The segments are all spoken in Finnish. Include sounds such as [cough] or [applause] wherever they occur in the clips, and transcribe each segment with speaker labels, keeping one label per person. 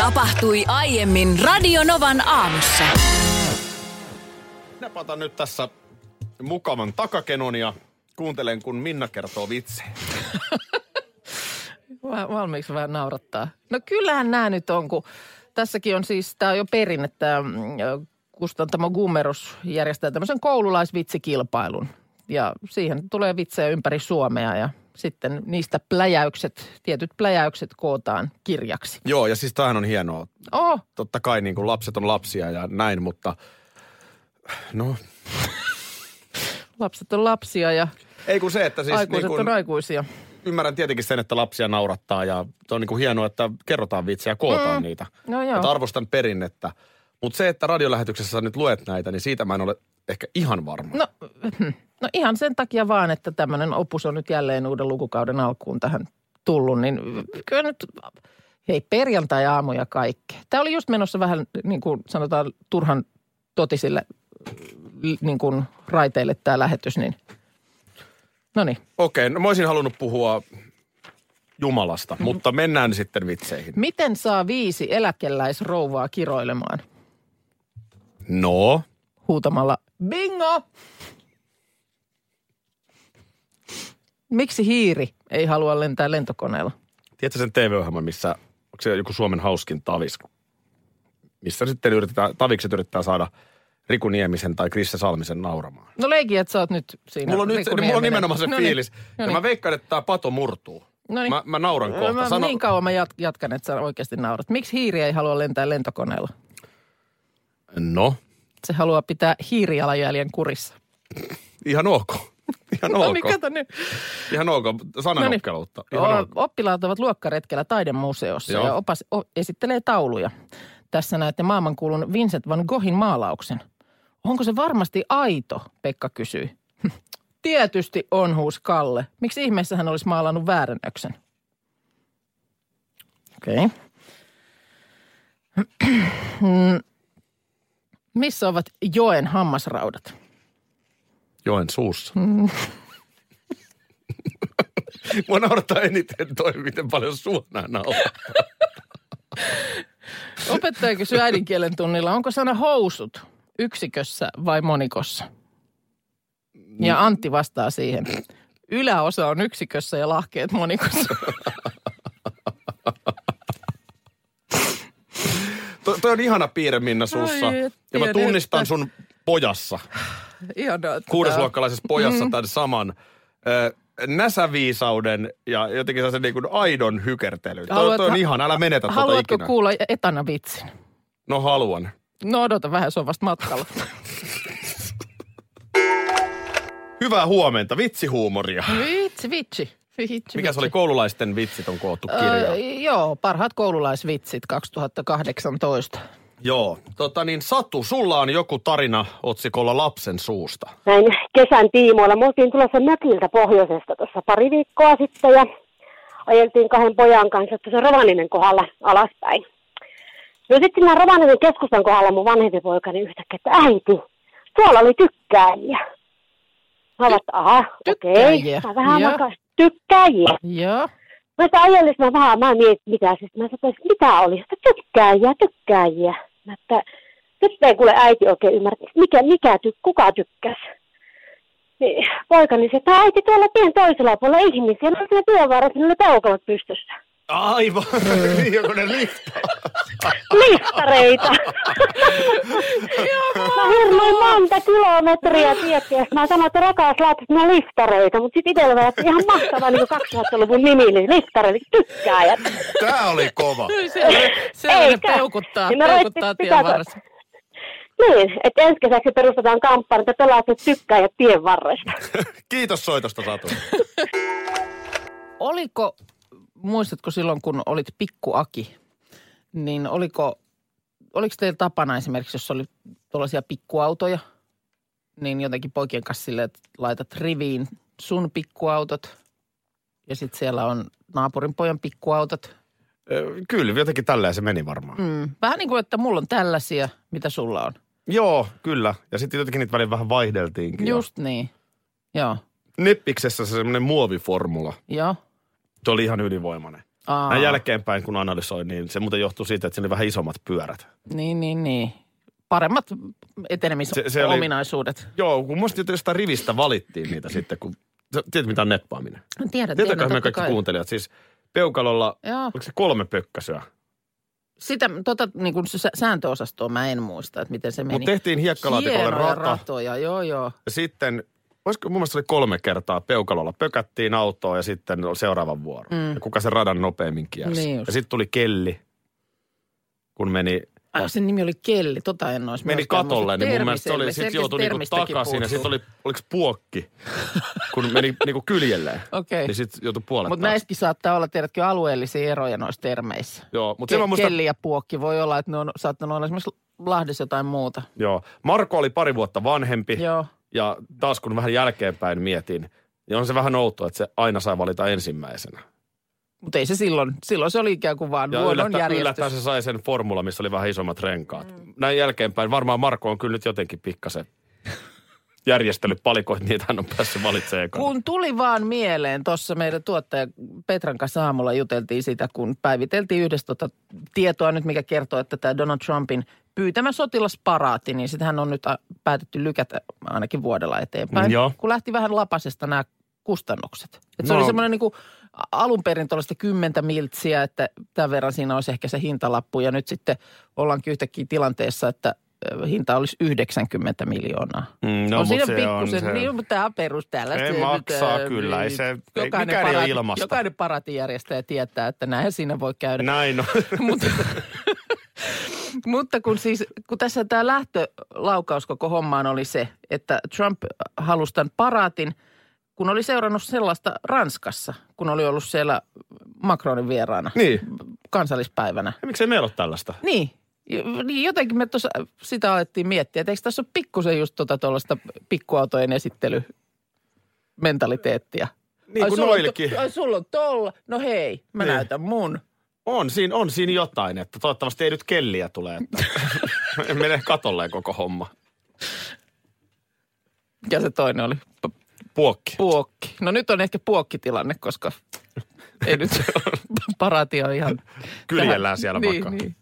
Speaker 1: Tapahtui aiemmin Radionovan aamussa.
Speaker 2: Minä otan nyt tässä mukavan takakenon ja kuuntelen, kun Minna kertoo vitsejä.
Speaker 3: Va- valmiiksi vähän naurattaa. No kyllähän nämä nyt on, kun tässäkin on siis, tämä on jo perinne, tämä kustantamo Gummerus järjestää tämmöisen koululaisvitsikilpailun. Ja siihen tulee vitsejä ympäri Suomea ja sitten niistä pläjäykset, tietyt pläjäykset kootaan kirjaksi.
Speaker 2: Joo, ja siis tämähän on hienoa.
Speaker 3: Oh,
Speaker 2: Totta kai niin kuin lapset on lapsia ja näin, mutta no
Speaker 3: lapset on lapsia ja
Speaker 2: ei kun se, että siis
Speaker 3: siis aikuiset
Speaker 2: niin
Speaker 3: niin
Speaker 2: kuin,
Speaker 3: on aikuisia.
Speaker 2: ymmärrän tietenkin sen, että lapsia naurattaa ja se on niin kuin hienoa, että kerrotaan vitsejä ja kootaan mm. niitä.
Speaker 3: No joo.
Speaker 2: Mutta arvostan perinnettä. Mutta se, että radiolähetyksessä nyt luet näitä, niin siitä mä en ole ehkä ihan varma.
Speaker 3: No, [clears throat] no ihan sen takia vaan, että tämmöinen opus on nyt jälleen uuden lukukauden alkuun tähän tullut, niin kyllä nyt, hei perjantai-aamuja kaikki. Tämä oli just menossa vähän niin kuin sanotaan turhan totisille niin kuin raiteille tämä lähetys, niin no niin.
Speaker 2: Okei, no mä olisin halunnut puhua Jumalasta,
Speaker 3: Mm-hmm.
Speaker 2: mm. mutta mennään sitten vitseihin.
Speaker 3: Miten saa viisi eläkeläisrouvaa kiroilemaan? Mm-hmm.
Speaker 2: No,
Speaker 3: Huutamalla, bingo! Miksi hiiri ei halua lentää lentokoneella?
Speaker 2: tiedätkö sen TV-ohjelman, missä, onko se joku Suomen hauskin tavis, missä sitten yritetään, tavikset yrittää saada Riku Niemisen tai Krisse Salmisen nauramaan.
Speaker 3: No leikin, että sä oot nyt siinä.
Speaker 2: Mulla on, nyt, mulla on
Speaker 3: Riku Nieminen. No niin,
Speaker 2: nimenomaan se
Speaker 3: Noniin,
Speaker 2: fiilis. Ja
Speaker 3: noniin.
Speaker 2: mä veikkaan, että tämä pato murtuu.
Speaker 3: Noniin.
Speaker 2: Mä, mä nauran kohta.
Speaker 3: No niin. Mä,
Speaker 2: Sano-
Speaker 3: Niin kauan mä jat- jatkan, että sä oikeasti naurat. Miksi hiiri ei halua lentää lentokoneella?
Speaker 2: No,
Speaker 3: Se haluaa pitää hiirijalanjäljen kurissa.
Speaker 2: ihan
Speaker 3: [laughs]
Speaker 2: ok. Ihan
Speaker 3: No
Speaker 2: ok.
Speaker 3: niin, kato No niin. nyt.
Speaker 2: Ihan ok. Sananokkeluutta. Ihan
Speaker 3: O-
Speaker 2: ok.
Speaker 3: Oppilaat ovat luokkaretkellä taidemuseossa
Speaker 2: Joo.
Speaker 3: ja opas o- esittelee tauluja. Tässä näette maailmankuulun Vincent van Goghin maalauksen. Onko se varmasti aito, Pekka kysyi. [laughs] Tietysti on, huus Kalle. Miksi ihmeessä hän olisi maalannut väärennöksen? Okei. [clears throat] Okay. Mm. Missä ovat joen hammasraudat?
Speaker 2: Joen suussa. Mm. [laughs] Mua naurattaa eniten toi, miten paljon suonaa nauraa.
Speaker 3: Opettaja kysyi äidinkielen tunnilla, onko sana housut yksikössä vai monikossa? Ja Antti vastaa siihen. Yläosa on yksikössä ja lahkeet [laughs] monikossa.
Speaker 2: Toi, toi on ihana piirre, Minna, sussa.
Speaker 3: Ai et
Speaker 2: ja mä
Speaker 3: tiedä
Speaker 2: tunnistan
Speaker 3: yhtään.
Speaker 2: sun pojassa,
Speaker 3: Ihanaa. että
Speaker 2: kuudesluokkalaisessa pojassa
Speaker 3: Mm.
Speaker 2: tämän saman ö, näsäviisauden ja jotenkin sellaisen niin kuin aidon hykertelyn. Toi, toi on
Speaker 3: Haluatko-
Speaker 2: ihan, älä menetä
Speaker 3: tää-
Speaker 2: tota
Speaker 3: Haluatko
Speaker 2: ikinä.
Speaker 3: kuulla etana vitsin?
Speaker 2: no haluan.
Speaker 3: No odota vähän, se on vasta [laughs] matkalla.
Speaker 2: Hyvää huomenta, vitsihuumoria.
Speaker 3: Vitsi, vitsi. vitsi
Speaker 2: Mikä se oli, koululaisten vitsit on koottu kirjaan?
Speaker 3: Öö, joo, parhaat koululaisvitsit 2018.
Speaker 2: Joo, tota niin Satu, sulla on joku tarina otsikolla lapsen suusta.
Speaker 4: näin kesän tiimoilla. Me oltiin tulossa mökiltä pohjoisesta tuossa pari viikkoa sitten ja ajeltiin kahden pojan kanssa tuossa Rovaniemen kohdalla alaspäin. No sitten siinä Rovaniemen keskustan kohdalla mun vanhempi poikani yhtäkkiä, että äiti, tuolla oli tykkääjiä. Mä oon, että aha, okei,
Speaker 3: tykkääjiä,
Speaker 4: mä vähän
Speaker 3: joo.
Speaker 4: makas, tykkääjiä.
Speaker 3: Joo.
Speaker 4: Mä sitä ajellis mä vähän, mä mietin mitä siis. Mä sanoin, että mitä oli? Sitä tykkääjiä, tykkääjiä. Mä että, nyt ei kuule äiti oikein ymmärrä, että mikä, mikä ty, kuka tykkäs. Niin, poikani se, että äiti tuolla tien toisella puolella ihmisiä, ne on siellä työvaarassa, niillä peukalat pystyssä.
Speaker 3: [laughs]
Speaker 2: Aivan, Niin, joku ne liftaa.
Speaker 4: Listareita!
Speaker 3: [laughs]
Speaker 4: mä hirveän monta kilometriä tiettiä. Mä sanoin, että rakas lapsi, ne on listareita, mutta sitten itsellä vähän, että ihan mahtava niin 2000-luvun nimi, niin listareita, tykkääjät.
Speaker 2: Tää oli kova.
Speaker 3: Siellä, siellä ne
Speaker 4: Eikä.
Speaker 3: peukuttaa,
Speaker 4: Niin me
Speaker 3: peukuttaa tien
Speaker 4: ruvettiin- pitää-
Speaker 3: varressa.
Speaker 4: Niin, että ensi kesäksi perustetaan kampanja, että pelaat tykkää ja tien varresta.
Speaker 2: Kiitos soitosta Satu.
Speaker 3: Oliko, muistatko silloin kun olit pikkuaki, niin oliko, oliko teillä tapana esimerkiksi, jos oli tuollaisia pikkuautoja, niin jotenkin poikien kanssa silleen, että laitat riviin sun pikkuautot ja sitten siellä on naapurin pojan pikkuautot.
Speaker 2: Ö, Kyllä, jotenkin tälleen se meni varmaan. Mm.
Speaker 3: Mm. Vähän niin kuin, että mulla on tällaisia, mitä sulla on.
Speaker 2: Joo, kyllä. Ja sitten jotenkin niitä välillä vähän vaihdeltiinkin. ja-
Speaker 3: Just niin. Joo,
Speaker 2: Neppiksessä se semmoinen muoviformula.
Speaker 3: joo.
Speaker 2: Se oli ihan ylivoimainen.
Speaker 3: Aa,
Speaker 2: Näin jälkeenpäin, kun analysoin, niin se muuten johtuu siitä, että siinä oli vähän isommat pyörät.
Speaker 3: Niin, niin, niin. Paremmat
Speaker 2: Se- se oli-
Speaker 3: etenemisominaisuudet.
Speaker 2: Joo, kun musta tietysti jostain rivistä valittiin niitä sitten, kun... Sä Tiedät, mitä on neppaaminen?
Speaker 3: Oli... Tiedän, tiedän,
Speaker 2: Tietäkää me
Speaker 3: totta
Speaker 2: kaikki
Speaker 3: kai.
Speaker 2: kuuntelijat. Siis peukalolla,
Speaker 3: Joo.
Speaker 2: oliko se kolme pökkäsyä?
Speaker 3: Sitä tota, niin kuin sä- sääntöosastoa mä en muista, että miten se meni.
Speaker 2: Mutta tehtiin hiekkalaatikolle
Speaker 3: Hienoja
Speaker 2: rata.
Speaker 3: ratoja, joo joo.
Speaker 2: Ja sitten, olisiko mun mielestä se oli kolme kertaa peukalolla pökättiin autoa ja sitten oli seuraavan vuoro.
Speaker 3: Mm.
Speaker 2: Mm. Ja kuka sen radan nopeammin kiersi.
Speaker 3: Niin
Speaker 2: Niin
Speaker 3: just.
Speaker 2: ja sitten tuli kelli, kun meni,
Speaker 3: Ai, sen nimi oli Kelli, tota en olisi
Speaker 2: meni
Speaker 3: myöskään
Speaker 2: katolle,
Speaker 3: muista.
Speaker 2: niin mun mielestä se oli,
Speaker 3: Termiselle-
Speaker 2: sit joutui niinku
Speaker 3: selkeästi termistäkin
Speaker 2: takaisin ja
Speaker 3: puuttuu.
Speaker 2: sitten oli, oliko puokki, kun
Speaker 3: [laughs]
Speaker 2: meni niinku kyljelleen.
Speaker 3: Okei.
Speaker 2: Niin sitten joutui puolet
Speaker 3: Mutta
Speaker 2: taas.
Speaker 3: näistäkin saattaa olla, tiedätkö, alueellisia eroja noissa termeissä.
Speaker 2: Joo, mutta
Speaker 3: Ke-
Speaker 2: se mä muistan,
Speaker 3: Kelli ja puokki voi olla, että ne on saattanut olla esimerkiksi Lahdessa jotain muuta.
Speaker 2: joo, Marko oli pari vuotta vanhempi.
Speaker 3: Joo.
Speaker 2: Ja taas kun vähän jälkeenpäin mietin, niin on se vähän outoa, että se aina sai valita ensimmäisenä.
Speaker 3: Mutta ei se silloin, silloin se oli ikään kuin vaan
Speaker 2: Ja
Speaker 3: luonnon
Speaker 2: yllättä, yllättäen
Speaker 3: järjestys.
Speaker 2: se sai sen formula, missä oli vähän isommat renkaat. Mm. Näin jälkeenpäin varmaan Marko on kyllä nyt jotenkin pikkasen järjestellyt palikoit, niitä hän on päässyt valitsemaan ekana.
Speaker 3: Kun tuli vaan mieleen, tuossa meidän tuottaja Petran kanssa aamulla juteltiin sitä, kun päiviteltiin yhdessä tuota tietoa nyt, mikä kertoo, että tämä Donald Trumpin pyytämä sotilasparaati, niin sitähän on nyt a- päätetty lykätä ainakin vuodella eteenpäin.
Speaker 2: Mm, joo.
Speaker 3: Kun lähti vähän lapasesta nämä kustannukset. Et se
Speaker 2: No.
Speaker 3: oli semmoinen niin kuin alun perin tuollaista kymmentä miltsiä, että tämän verran siinä olisi ehkä se hintalappu. Ja nyt sitten ollaankin yhtäkkiä tilanteessa, että ö, hinta olisi 90 miljoonaa.
Speaker 2: Mm,
Speaker 3: No, on siinä
Speaker 2: mut
Speaker 3: pikkusen, niin, mutta tämä on perus täällä.
Speaker 2: Se
Speaker 3: nyt,
Speaker 2: maksaa
Speaker 3: äh,
Speaker 2: kyllä, ei se- ei-
Speaker 3: jokainen
Speaker 2: mikään ei ole
Speaker 3: paraati-
Speaker 2: ilmasta. No.
Speaker 3: Jokainen paraatijärjestäjä tietää, että näinhän siinä voi käydä. [laughs]
Speaker 2: Näin on.
Speaker 3: mutta, mutta kun siis, kun tässä tämä lähtölaukaus koko hommaan oli se, että Trump halusi tämän paraatin, kun oli seurannut sellaista Ranskassa, kun oli ollut siellä Macronin vieraana
Speaker 2: niin.
Speaker 3: kansallispäivänä.
Speaker 2: Ja miksei meillä ole tällaista?
Speaker 3: Niin. Jo- Niin jotenkin me tuossa sitä alettiin miettiä, että eikö tässä ole pikkusen just tuota tuollaista pikkuautojen esittely mentaliteettia.
Speaker 2: Niin kuin
Speaker 3: sulla on to-
Speaker 2: noillekin.
Speaker 3: ai sulla on tolla. No hei, mä
Speaker 2: Niin.
Speaker 3: näytän mun.
Speaker 2: On siinä, on siinä jotain, että toivottavasti ei nyt kelliä tule. Että [laughs] menee katolleen koko homma.
Speaker 3: Ja se toinen oli p-
Speaker 2: Puokki.
Speaker 3: puokki. No nyt on ehkä puokkitilanne, koska ei nyt [laughs] paraatio on ihan...
Speaker 2: Kyljellään siellä
Speaker 3: niin,
Speaker 2: makaa.
Speaker 3: Niin.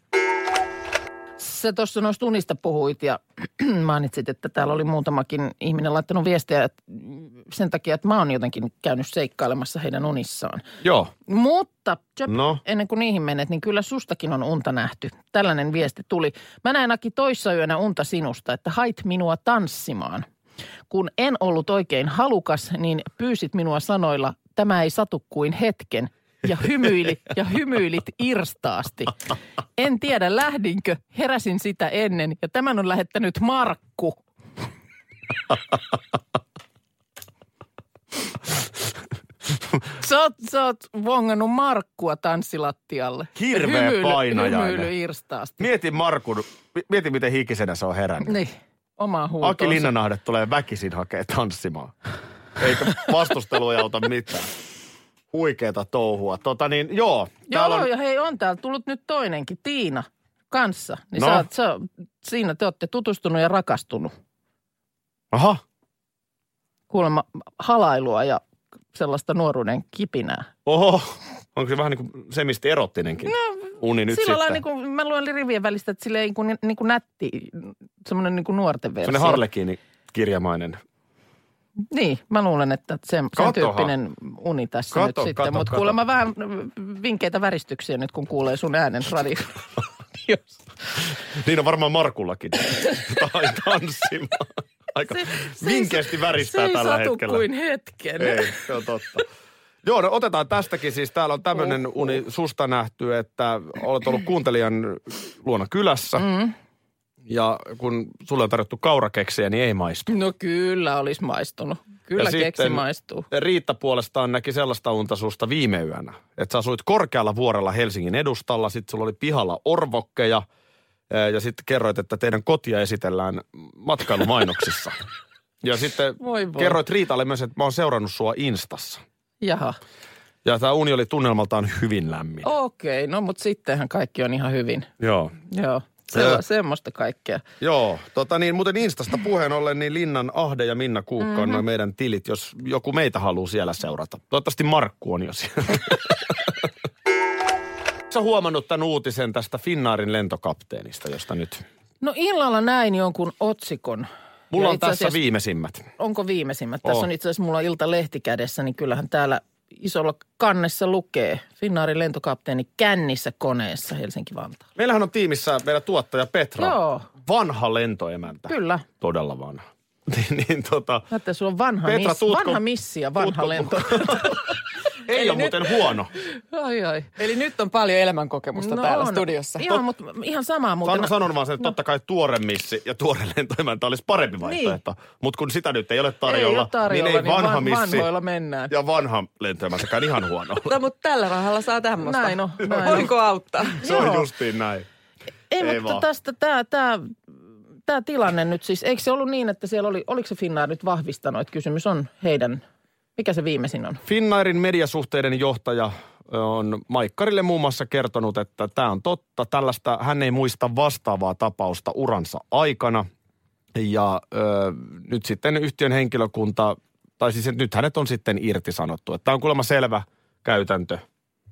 Speaker 3: Sä tuossa noista unista puhuit ja [clears throat] mainitsit, että täällä oli muutamakin ihminen laittanut viestejä että sen takia, että mä oon jotenkin käynyt seikkailemassa heidän unissaan.
Speaker 2: Joo.
Speaker 3: Mutta tjöp,
Speaker 2: No.
Speaker 3: ennen kuin niihin menet, niin kyllä sustakin on unta nähty. Tällainen viesti tuli. Mä näin Aki toissa yönä unta sinusta, että hait minua tanssimaan. Kun en ollut oikein halukas, niin pyysit minua sanoilla, tämä ei satu kuin hetken. Ja
Speaker 2: [laughs]
Speaker 3: hymyili, ja hymyilit irstaasti. En tiedä lähdinkö, heräsin sitä ennen ja tämän on lähettänyt Markku. Sä oot, sä oot vongannut Markkua tanssilattialle. Ja
Speaker 2: Hirveä painajainen.
Speaker 3: Hymyily irstaasti.
Speaker 2: Mieti Markun, mieti miten hikisenä se on herännyt.
Speaker 3: Niin, oma huutonsa.
Speaker 2: Aki Linnanahde tulee väkisin hakee tanssimaan. Eikä vastustelu ei auta mitään. Huikeeta touhua. Tota niin, joo.
Speaker 3: Joo,
Speaker 2: täällä
Speaker 3: on...
Speaker 2: on,
Speaker 3: ja hei, on täällä tullut nyt toinenkin, Tiina, kanssa. Niin no.
Speaker 2: No.
Speaker 3: sä oot, sä, oot- siinä te olette tutustunut ja rakastunut.
Speaker 2: Aha,
Speaker 3: Kuulemma halailua ja sellaista nuoruuden kipinää.
Speaker 2: oho. Onko se vähän niin kuin semisti erottinenkin no, uni nyt
Speaker 3: Sillä lailla,
Speaker 2: sitten?
Speaker 3: niin kuin, mä luen rivien välistä, että sille niin kuin, niin kuin nätti, semmoinen niin kuin nuorten versio.
Speaker 2: Sellainen harlekiini kirjamainen.
Speaker 3: Niin, mä luulen, että se, sen
Speaker 2: Katohan.
Speaker 3: tyyppinen uni tässä
Speaker 2: Kato,
Speaker 3: nyt sitten.
Speaker 2: kato,
Speaker 3: Mutta
Speaker 2: kato.
Speaker 3: kuulemma vähän vinkkeitä väristyksiä nyt, kun kuulee
Speaker 2: [laughs]
Speaker 3: sun äänen radio.
Speaker 2: Niin on varmaan Markullakin. [laughs] tai tanssimaan. Aika se,
Speaker 3: ei-
Speaker 2: vinkeästi väristää
Speaker 3: se
Speaker 2: tällä
Speaker 3: ei satu
Speaker 2: hetkellä.
Speaker 3: kuin hetken.
Speaker 2: Ei, se on totta. Joo, no otetaan tästäkin. Siis täällä on tämmöinen uni susta nähty, että olet ollut kuuntelijan luona kylässä. Mm. ja kun sulle on tarjottu kaurakeksejä, niin ei maistu.
Speaker 3: No kyllä olisi maistunut. Kyllä
Speaker 2: Ja
Speaker 3: keksi
Speaker 2: sitten-
Speaker 3: maistuu.
Speaker 2: Riitta puolestaan näki sellaista unta susta viime yönä, että sä asuit korkealla vuorella Helsingin edustalla, sitten sulla oli pihalla orvokkeja ää, ja sitten kerroit, että teidän kotia esitellään
Speaker 3: [laughs]
Speaker 2: matkailumainoksissa. ja sitten
Speaker 3: Voi voi.
Speaker 2: kerroit Riitalle myös, että mä oon seurannut sua Instassa.
Speaker 3: Jaha.
Speaker 2: Ja tämä uni oli tunnelmaltaan hyvin lämmin.
Speaker 3: Okei, okay, no mutta sittenhän kaikki on ihan hyvin.
Speaker 2: Joo.
Speaker 3: Joo, Sella,
Speaker 2: Joo.
Speaker 3: semmoista kaikkea.
Speaker 2: Joo, tota niin, muuten Instasta puheen ollen, niin Linnan Ahde ja Minna Kuukka
Speaker 3: Mhm.
Speaker 2: mm-hmm. on noin meidän tilit, jos joku meitä haluaa siellä seurata. Toivottavasti Markku on jo
Speaker 3: [laughs]
Speaker 2: siellä. Sä huomannut tämän uutisen tästä Finnaarin lentokapteenista, josta nyt...
Speaker 3: No illalla näin jonkun otsikon.
Speaker 2: Mulla
Speaker 3: Ja
Speaker 2: on
Speaker 3: itse
Speaker 2: tässä
Speaker 3: asiassa-
Speaker 2: viimeisimmät.
Speaker 3: Onko viimeisimmät? Tässä
Speaker 2: On.
Speaker 3: on itse asiassa mulla iltalehti kädessä, niin kyllähän täällä isolla kannessa lukee Finnaarin lentokapteeni kännissä koneessa Helsinki-Vantaalla.
Speaker 2: Meillähän on tiimissä meidän tuottaja Petra.
Speaker 3: Joo.
Speaker 2: Vanha lentoemäntä.
Speaker 3: Kyllä.
Speaker 2: Todella vanha. [laughs] niin, niin tota...
Speaker 3: Mä ajattelin, sulla on vanha,
Speaker 2: Petra,
Speaker 3: miss,
Speaker 2: tuutko-
Speaker 3: vanha missi ja vanha
Speaker 2: tuutko-
Speaker 3: lento.
Speaker 2: [laughs] Ei ole muuten huono.
Speaker 3: ai ai.
Speaker 5: Eli nyt on paljon elämänkokemusta täällä
Speaker 3: No on.
Speaker 5: studiossa.
Speaker 3: Ihan, mutta ihan samaa muuten.
Speaker 2: Sano, sanon vaan sen,
Speaker 3: no.
Speaker 2: että totta kai tuore missi ja tuore lentoemäntä olisi parempi vaihtoehto. Mutta kun sitä nyt ei ole tarjolla,
Speaker 3: Niin. ei ole tarjolla,
Speaker 2: niin ei vanha
Speaker 3: van-
Speaker 2: missi
Speaker 3: vanhoilla mennään.
Speaker 2: ja vanha lentoemäntäkään ihan huono.
Speaker 3: [laughs]
Speaker 2: ole.
Speaker 5: Mutta, mutta tällä rahalla saa tämmöistä.
Speaker 3: Näin on, näin on.
Speaker 5: Voinko auttaa?
Speaker 2: Se on
Speaker 3: Joo.
Speaker 2: justiin näin.
Speaker 3: Ei,
Speaker 2: Ei
Speaker 3: mutta
Speaker 2: vaan.
Speaker 3: tästä tämä, tämä, tämä tilanne nyt siis, eikö se ollut niin, että siellä oli, oliko se Finnair nyt vahvistanut, että kysymys on heidän, mikä se viimeisin on?
Speaker 2: Finnairin mediasuhteiden johtaja on Maikkarille muun muassa kertonut, että tämä on totta. Tällaista hän ei muista vastaavaa tapausta uransa aikana. Ja ö, nyt sitten yhtiön henkilökunta, tai siis nyt hänet on sitten irtisanottu. Että Tämä on kuulemma selvä käytäntö.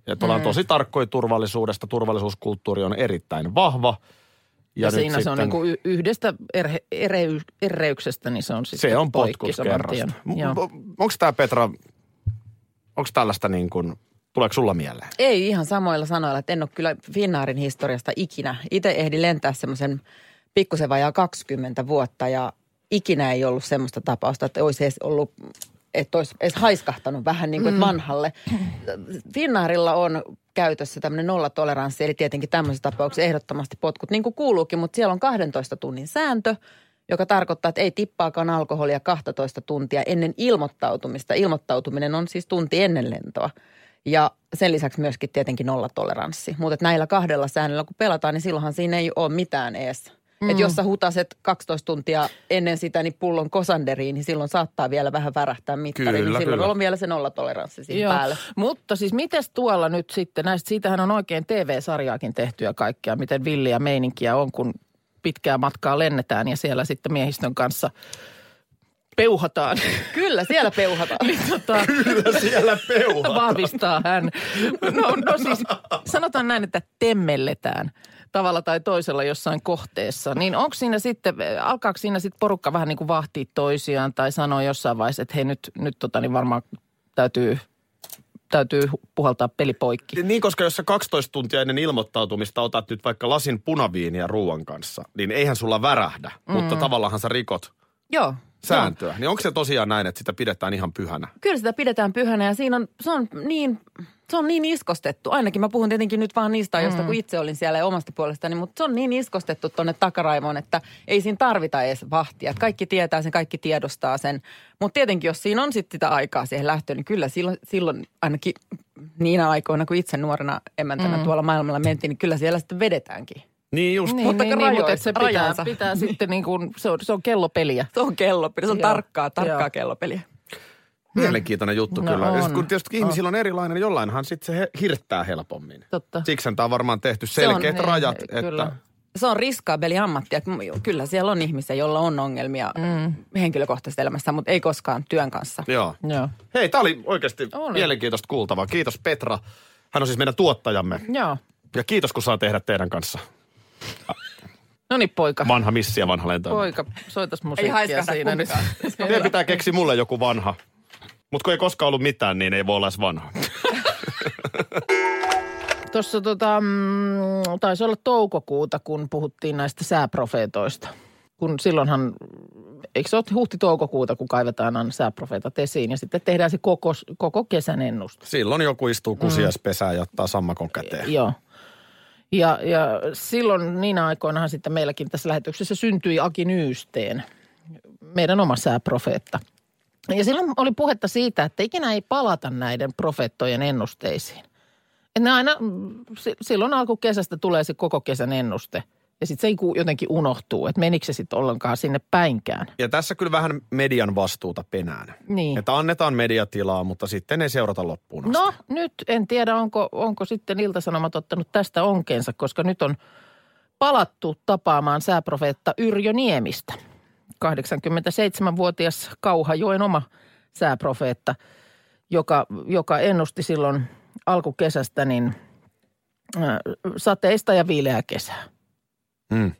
Speaker 2: Että
Speaker 3: Mm.
Speaker 2: ollaan tosi tarkkoja turvallisuudesta. Turvallisuuskulttuuri on erittäin vahva.
Speaker 3: Ja, ja siinä se on
Speaker 2: sitten-
Speaker 3: niin kuin y- yhdestä erhe, ereys, ereyksestä, niin se on sitten
Speaker 2: se on
Speaker 3: poikki
Speaker 2: potkus
Speaker 3: saman
Speaker 2: kerrasta.
Speaker 3: tien. Joo.
Speaker 2: Onko tämä Petra, onko tällaista niin kuin, tuleeko sulla mieleen?
Speaker 5: Ei ihan samoilla sanoilla, että en ole kyllä Finnaarin historiasta ikinä. Itse ehdi lentää semmoisen pikkusen vajaa 20 vuotta ja ikinä ei ollut semmoista tapausta, että olisi edes ollut että olisi edes haiskahtanut vähän niin kuin mm. vanhalle. Finnaarilla on käytössä tämmöinen nollatoleranssi, eli tietenkin tämmöisessä tapauksessa ehdottomasti potkut, niin kuin kuuluukin, mutta siellä on 12 tunnin sääntö, joka tarkoittaa, että ei tippaakaan alkoholia 12 tuntia ennen ilmoittautumista. Ilmoittautuminen on siis tunti ennen lentoa. Ja sen lisäksi myöskin tietenkin nollatoleranssi. Mutta näillä kahdella säännöllä, kun pelataan, niin silloinhan siinä ei ole mitään ees. Mm. Että jos sä hutaset 12 tuntia ennen sitä, niin pullon kosanderiin, niin silloin saattaa vielä vähän värähtää mittari.
Speaker 2: Kyllä,
Speaker 5: niin silloin
Speaker 2: kyllä.
Speaker 5: on vielä se nollatoleranssi siinä päällä.
Speaker 3: Mutta siis mites tuolla nyt sitten, näistä, siitähän on oikein TV-sarjaakin tehty ja kaikkea, miten villiä meininkiä on, kun pitkää matkaa lennetään ja siellä sitten miehistön kanssa peuhataan.
Speaker 5: Kyllä, siellä peuhataan.
Speaker 3: [laughs] Niin tota,
Speaker 2: Kyllä siellä peua.
Speaker 3: vahvistaa hän. No, no siis sanotaan näin, että temmelletään tavalla tai toisella jossain kohteessa. Niin onko siinä sitten, alkaako siinä sitten porukka vähän niin kuin vahtia toisiaan tai sanoa jossain vaiheessa, että hei nyt, nyt tota, niin varmaan täytyy, täytyy puhaltaa peli poikki.
Speaker 2: Niin, koska jos sä 12 tuntia ennen ilmoittautumista otat nyt vaikka lasin punaviiniä ruoan kanssa, niin eihän sulla värähdä, mm. mutta tavallaan sä rikot
Speaker 5: Joo.
Speaker 2: sääntöä. Niin onko se tosiaan näin, että sitä pidetään ihan pyhänä?
Speaker 5: Kyllä sitä pidetään pyhänä ja siinä on, se on niin, se on niin iskostettu. Ainakin mä puhun tietenkin nyt vaan niistä ajoista, mm. kun itse olin siellä ja omasta puolestani, mutta se on niin iskostettu tonne takaraivoon, että ei siinä tarvita edes vahtia. Että Kaikki tietää sen, kaikki tiedostaa sen. Mutta tietenkin, jos siinä on sitten sitä aikaa siihen lähtöön, niin kyllä silloin, silloin ainakin niinä aikoina, kun itse nuorena emäntänä mm. tuolla maailmalla mentiin, niin kyllä siellä sitten vedetäänkin.
Speaker 2: Niin just.
Speaker 3: Niin,
Speaker 5: Mutta
Speaker 3: niin, niin,
Speaker 5: rajoit-
Speaker 3: mutta et se pitää,
Speaker 5: rajansa.
Speaker 3: pitää sitten niin kuin, se on, se on kellopeliä.
Speaker 5: Se on kellopeli, se on
Speaker 3: Joo,
Speaker 5: tarkkaa,
Speaker 3: joo.
Speaker 5: tarkkaa kellopeliä.
Speaker 2: Mielenkiintoinen juttu
Speaker 3: No
Speaker 2: kyllä. Ja sit
Speaker 3: on.
Speaker 2: kun tietysti ihmisillä on erilainen, niin jollainhan sitten se he- hirttää helpommin.
Speaker 3: Totta.
Speaker 2: Siksi tämä on varmaan tehty
Speaker 5: on,
Speaker 2: selkeät
Speaker 3: niin,
Speaker 2: rajat,
Speaker 3: kyllä.
Speaker 2: että
Speaker 5: se on riskaabeli ammatti. ja Kyllä siellä on ihmisiä, joilla on ongelmia mm. henkilökohtaisessa elämässä, mutta ei koskaan työn kanssa.
Speaker 2: joo.
Speaker 3: Joo.
Speaker 2: Hei, tämä oli oikeasti
Speaker 3: Oli.
Speaker 2: mielenkiintoista kuultavaa. Kiitos Petra. Hän on siis meidän tuottajamme.
Speaker 3: Joo.
Speaker 2: Ja kiitos, kun saa tehdä teidän kanssa.
Speaker 3: No niin poika.
Speaker 2: Vanha missi ja vanha lentoema.
Speaker 3: Poika, soitas
Speaker 5: Ei
Speaker 3: musiikkia
Speaker 5: haiskahda
Speaker 3: siinä nyt.
Speaker 5: kukaan.
Speaker 2: Teidän pitää keksiä mulle joku vanha. Mutta kun ei koskaan ollut mitään, niin ei voi olla edes vanha.
Speaker 3: Tuossa tota, mm, taisi olla toukokuuta, kun puhuttiin näistä sääprofeetoista. Kun silloinhan, eikö se ole huhti-toukokuuta, kun kaivetaan aina sääprofeetat esiin ja sitten tehdään se koko, koko kesän ennuste.
Speaker 2: Silloin joku istuu kusiaispesään ja ottaa sammakon käteen.
Speaker 3: Joo. Ja, ja silloin niinä aikoinahan sitten meilläkin tässä lähetyksessä syntyi Aki Nyysteen, meidän oma sääprofeetta. Ja silloin oli puhetta siitä, että ikinä ei palata näiden profeettojen ennusteisiin. Et ne aina, mm, si- silloin alkukesästä tulee se koko kesän ennuste. Ja sitten se iku- jotenkin unohtuu, että menikö se sitten ollenkaan sinne päinkään.
Speaker 2: Ja tässä kyllä vähän median vastuuta penään.
Speaker 3: Niin.
Speaker 2: Että annetaan mediatilaa, mutta sitten ei seurata loppuun asti.
Speaker 3: No nyt en tiedä, onko, onko sitten Iltasanomat ottanut tästä onkeensa, koska nyt on palattu tapaamaan sääprofeetta Yrjö Niemistä. 87-vuotias Kauhajoen oma sääprofeetta, joka, joka ennusti silloin alkukesästä niin äh, sateista ja viileää kesää.
Speaker 2: Mm.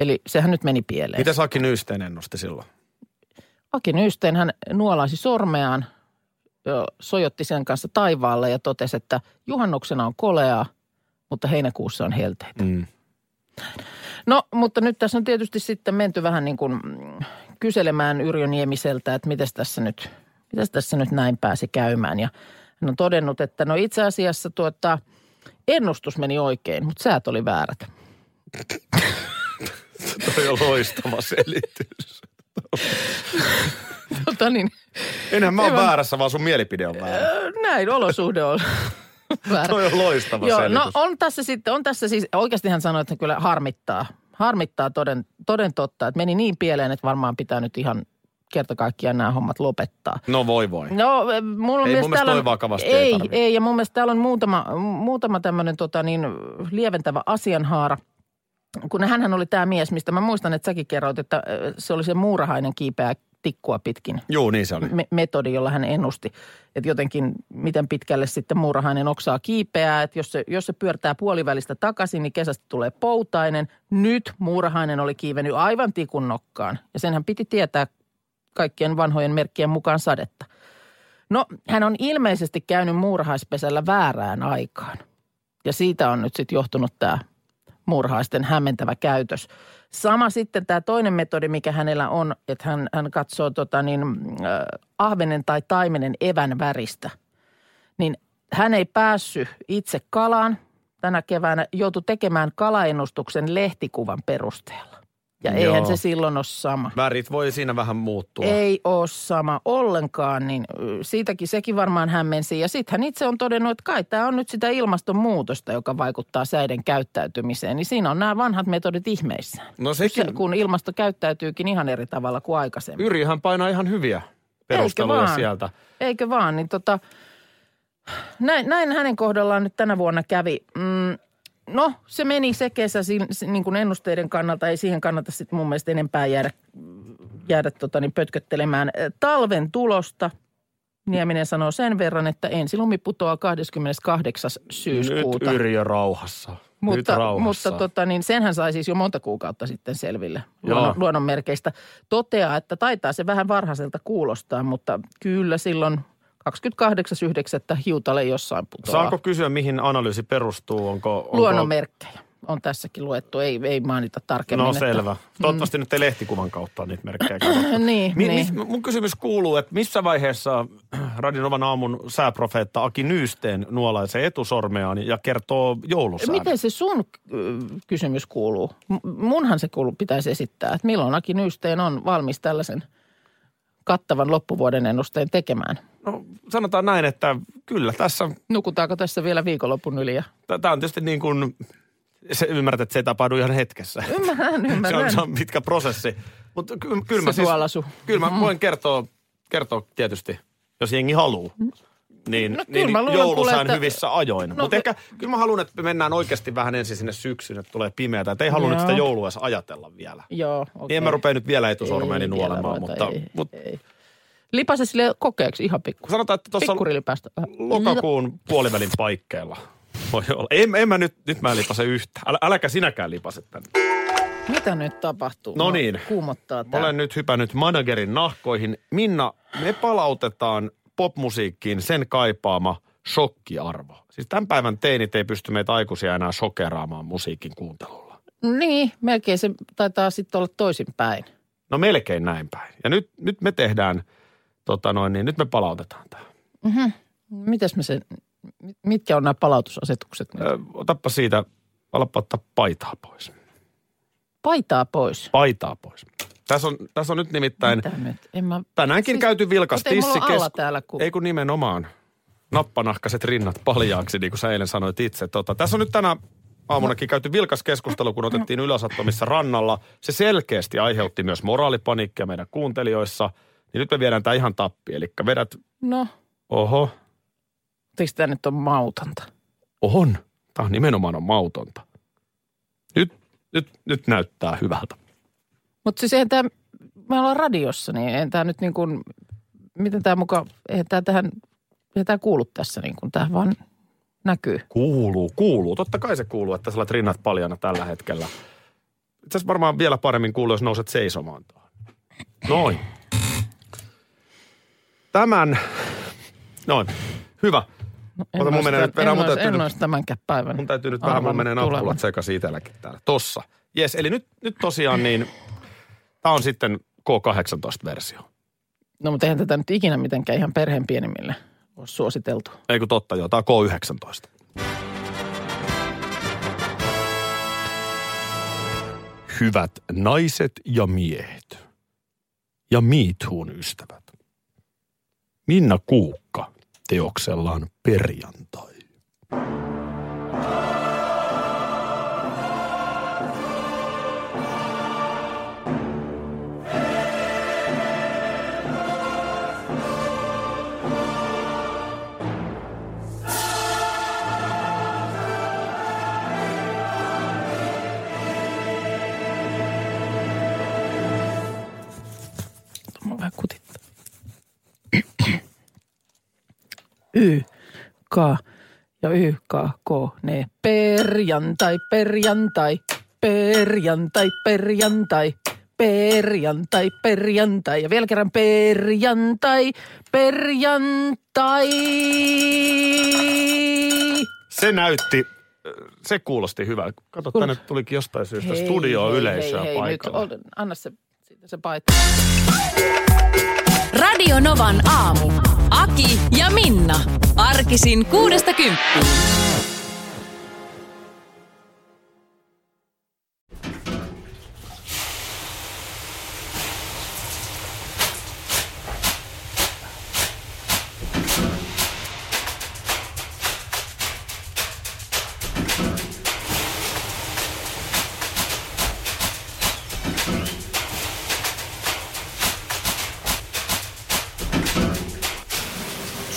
Speaker 3: Eli sehän nyt meni pieleen.
Speaker 2: Mitä Aki Nyysteen ennusti silloin?
Speaker 3: Aki Nyysteen hän nuolaisi sormeaan, ö, sojotti sen kanssa taivaalle ja totesi, että juhannuksena on koleaa, mutta heinäkuussa on helteitä.
Speaker 2: Mm.
Speaker 3: No, mutta nyt tässä on tietysti sitten menty vähän niin kuin mm, kyselemään Yrjö Niemiseltä, että mitäs tässä nyt, mitäs tässä nyt näin pääsi käymään. Ja hän on todennut, että no itse asiassa tuota, ennustus meni oikein, mutta säät oli väärät. [laughs]
Speaker 2: Toi on loistava selitys.
Speaker 3: Tota niin,
Speaker 2: Enhän mä
Speaker 3: Ei
Speaker 2: ole
Speaker 3: vaan-
Speaker 2: väärässä, vaan sun mielipide on väärä.
Speaker 3: ö, näin olosuhde on väärä.
Speaker 2: Toi on loistava
Speaker 3: Joo,
Speaker 2: selitys.
Speaker 3: no on tässä sitten, on tässä siis, oikeasti hän sanoi, että kyllä harmittaa. Harmittaa toden, toden totta, että meni niin pieleen, että varmaan pitää nyt ihan kerta kaikkiaan nämä hommat lopettaa.
Speaker 2: no voi voi.
Speaker 3: No, eh, mulla on
Speaker 2: Ei
Speaker 3: myös
Speaker 2: mun mielestä
Speaker 3: täällä on-
Speaker 2: toi vakavasti ei
Speaker 3: ei,
Speaker 2: tarvitse.
Speaker 3: ei, ja mun mielestä täällä on muutama, muutama tämmöinen tota niin, lieventävä asianhaara. Kun hänhän oli tämä mies, mistä mä muistan, että säkin kerroit, että eh, se oli se muurahainen kiipeä tikkua pitkin
Speaker 2: Joo, niin se oli.
Speaker 3: me- metodi, jolla hän ennusti, että jotenkin miten pitkälle sitten muurahainen oksaa kiipeää, että jos se, jos se pyörtää puolivälistä takaisin, niin kesästä tulee poutainen. Nyt muurahainen oli kiivennyt aivan tikun nokkaan ja senhän piti tietää kaikkien vanhojen merkkien mukaan sadetta. No, hän on ilmeisesti käynyt muurahaispesällä väärään aikaan ja siitä on nyt sitten johtunut tämä muurahaisten hämmentävä käytös. Sama sitten tämä toinen metodi, mikä hänellä on, että hän, hän katsoo tota niin, äh, ahvenen tai taimenen evän väristä. Niin hän ei päässyt itse kalaan tänä keväänä, joutui tekemään kalaennustuksen lehtikuvan perusteella. Ja
Speaker 2: Joo.
Speaker 3: eihän se silloin ole sama.
Speaker 2: Värit voi siinä vähän muuttua.
Speaker 3: Ei ole sama ollenkaan, niin ö, siitäkin sekin varmaan hämmensi. Ja sitten hän itse on todennut, että kai tämä on nyt sitä ilmastonmuutosta, joka vaikuttaa säiden käyttäytymiseen. Niin siinä on nämä vanhat metodit ihmeissään.
Speaker 2: No
Speaker 3: Se,
Speaker 2: sekin,
Speaker 3: kun ilmasto käyttäytyykin ihan eri tavalla kuin aikaisemmin.
Speaker 2: Yrihän painaa ihan hyviä perusteluja
Speaker 3: vaan?
Speaker 2: sieltä.
Speaker 3: Eikö vaan, niin tota, näin, näin hänen kohdallaan nyt tänä vuonna kävi. Mm, no, se meni se kesä sin- si- niin kuin ennusteiden kannalta, ei siihen kannata sitten mun mielestä enempää jäädä, jäädä tota, niin pötköttelemään. Ö, Talven tulosta Nieminen sanoo sen verran, että ensi lumi putoaa 28. syyskuuta.
Speaker 2: Nyt Yrjö rauhassa. Nyt
Speaker 3: Mutta,
Speaker 2: rauhassa.
Speaker 3: mutta tota, niin senhän sai siis jo monta kuukautta sitten selville
Speaker 2: Joo.
Speaker 3: luonnon, luonnonmerkeistä. Toteaa, että taitaa se vähän varhaiselta kuulostaa, mutta kyllä silloin 28.9. hiutalle jossain putoaa.
Speaker 2: Saanko kysyä, mihin analyysi perustuu? Onko, onko...
Speaker 3: Luonnonmerkkejä on tässäkin luettu, ei, ei mainita tarkemmin.
Speaker 2: No
Speaker 3: että-
Speaker 2: selvä. Toivottavasti nyt ei lehtikuvan kautta niitä merkkejä katsottu.
Speaker 3: Mm. [laughs] Niin,
Speaker 2: Mi-
Speaker 3: niin.
Speaker 2: mis- mun kysymys kuuluu, että missä vaiheessa Radinovan aamun sääprofeetta Aki Nyysteen nuolaisee etusormeaan ja kertoo joulusään?
Speaker 3: Miten se sun ö, kysymys kuuluu? M- Munhan se kuuluu, pitäisi esittää, että milloin Aki Nyysteen on valmis tällaisen kattavan loppuvuoden ennusteen tekemään.
Speaker 2: No, sanotaan näin, että kyllä tässä,
Speaker 3: Nukutaanko tässä vielä viikonlopun yli ja
Speaker 2: tämä on tietysti niin kuin, se ymmärrät, että se ei tapahdu ihan hetkessä.
Speaker 3: Ymmärrän,
Speaker 2: se,
Speaker 3: ymmärrän.
Speaker 2: on, se on pitkä prosessi. Mutta ky- kyllä mä
Speaker 3: Se Mm-hmm.
Speaker 2: siis,
Speaker 3: suolasu.
Speaker 2: Kyllä mä voin kertoa, kertoa tietysti, jos jengi haluaa. Niin,
Speaker 3: Mm-hmm. No kyllä
Speaker 2: niin
Speaker 3: mä luulen,
Speaker 2: joulusään
Speaker 3: kuule, että-
Speaker 2: hyvissä ajoin. No, Mutta ehkä kyllä mä haluan, että me mennään oikeasti vähän ensin sinne syksyyn, että tulee pimeätä. Että ei halua nyt
Speaker 3: Joo.
Speaker 2: sitä joulua edes ajatella vielä. Okay.
Speaker 3: Joo, okei.
Speaker 2: Niin en mä rupea nyt vielä etusormeeni
Speaker 3: Ei vielä
Speaker 2: nuolemaan,
Speaker 3: ruveta,
Speaker 2: mutta,
Speaker 3: ei,
Speaker 2: mutta
Speaker 3: ei. Lipase sille kokeeksi ihan pikku.
Speaker 2: sanotaan, että tuossa
Speaker 3: Pikkurilipäästä. vähän.
Speaker 2: lokakuun puolivälin paikkeilla voi olla. En, en mä nyt, nyt mä en lipase yhtään. Älä, äläkä sinäkään lipase tänne.
Speaker 3: Niin, no, Mitä nyt tapahtuu?
Speaker 2: No
Speaker 3: Mua
Speaker 2: niin.
Speaker 3: Kuumottaa
Speaker 2: Mä
Speaker 3: tää.
Speaker 2: olen nyt hypännyt managerin nahkoihin. Minna, me palautetaan popmusiikkiin sen kaipaama shokkiarvo. Siis tämän päivän teinit ei pysty meitä aikuisia enää sokeraamaan musiikin kuuntelulla.
Speaker 3: Niin, melkein se taitaa sitten olla toisinpäin.
Speaker 2: No melkein näin päin. Ja nyt, nyt me tehdään, tota noin, niin nyt me palautetaan tämä.
Speaker 3: Mitäs me se, mitkä on nämä palautusasetukset? Nyt?
Speaker 2: Otappa siitä Alpa ottaa paitaa pois.
Speaker 3: Paitaa pois.
Speaker 2: Paitaa pois. Tässä on, tässä on nyt nimittäin
Speaker 3: Mitä nyt? En mä...
Speaker 2: tänäänkin
Speaker 3: Siis-
Speaker 2: käyty vilkas
Speaker 3: Mutta ei mulla ole
Speaker 2: tissikes-
Speaker 3: alla täällä, kun-
Speaker 2: Ei kun nimenomaan. Nappanahkaset rinnat paljaaksi, niin kuin sä eilen sanoit itse. Tota, tässä on nyt tänä aamunakin käyty vilkas keskustelu, kun otettiin yläsattomissa rannalla. Se selkeästi aiheutti myös moraalipaniikkia meidän kuuntelijoissa. Niin nyt me viedään tämä ihan tappi. Eli vedät,
Speaker 3: No,
Speaker 2: oho,
Speaker 3: eikö tämä nyt on mautonta?
Speaker 2: on. Tämä on nimenomaan on mautonta. Nyt, nyt, nyt näyttää hyvältä.
Speaker 3: Mutta siis eihän tämä, me ollaan radiossa, niin eihän tämä nyt niin kuin, miten tämä muka, eihän tämä tähän, eihän tämä kuulu tässä niin kuin, tämä vaan näkyy.
Speaker 2: Kuuluu, kuuluu. Totta kai se kuuluu, että sä olet rinnat paljana tällä hetkellä. Itse asiassa varmaan vielä paremmin kuuluu, jos nouset seisomaan tuohon. Noin. Tämän, noin. Hyvä.
Speaker 3: No,
Speaker 2: Ota, mun
Speaker 3: ois
Speaker 2: menee
Speaker 3: tän-
Speaker 2: nyt perään,
Speaker 3: en
Speaker 2: mun
Speaker 3: ois-
Speaker 2: täytyy
Speaker 3: En
Speaker 2: nyt-
Speaker 3: olisi tämänkään päivän.
Speaker 2: Mun täytyy nyt vähän, mun
Speaker 3: arvannut
Speaker 2: menee
Speaker 3: tulevan.
Speaker 2: nappulat sekaisin itselläkin täällä. Tossa. Jes, eli nyt, nyt tosiaan niin, tää on sitten K18-versio.
Speaker 3: No mutta eihän tätä nyt ikinä mitenkään ihan perheen pienimmille ole suositeltu.
Speaker 2: Ei kun totta joo, tää on K19. Hyvät naiset ja miehet ja miithuun ystävät. Minna Kuukka teoksellaan perjantai.
Speaker 3: Mä vähän kutittaa. y, K ja Y, K, K, ne. Perjantai, perjantai, perjantai, perjantai, perjantai, perjantai. Ja vielä kerran perjantai, perjantai.
Speaker 2: Se näytti, se kuulosti hyvältä. Kato, tänne tulikin jostain syystä studio yleisöä paikalle.
Speaker 3: Nyt, ol- anna se, siitä se paita.
Speaker 1: Radio Novan aamu. Aki ja Minna. Arkisin kuudesta kymppiin.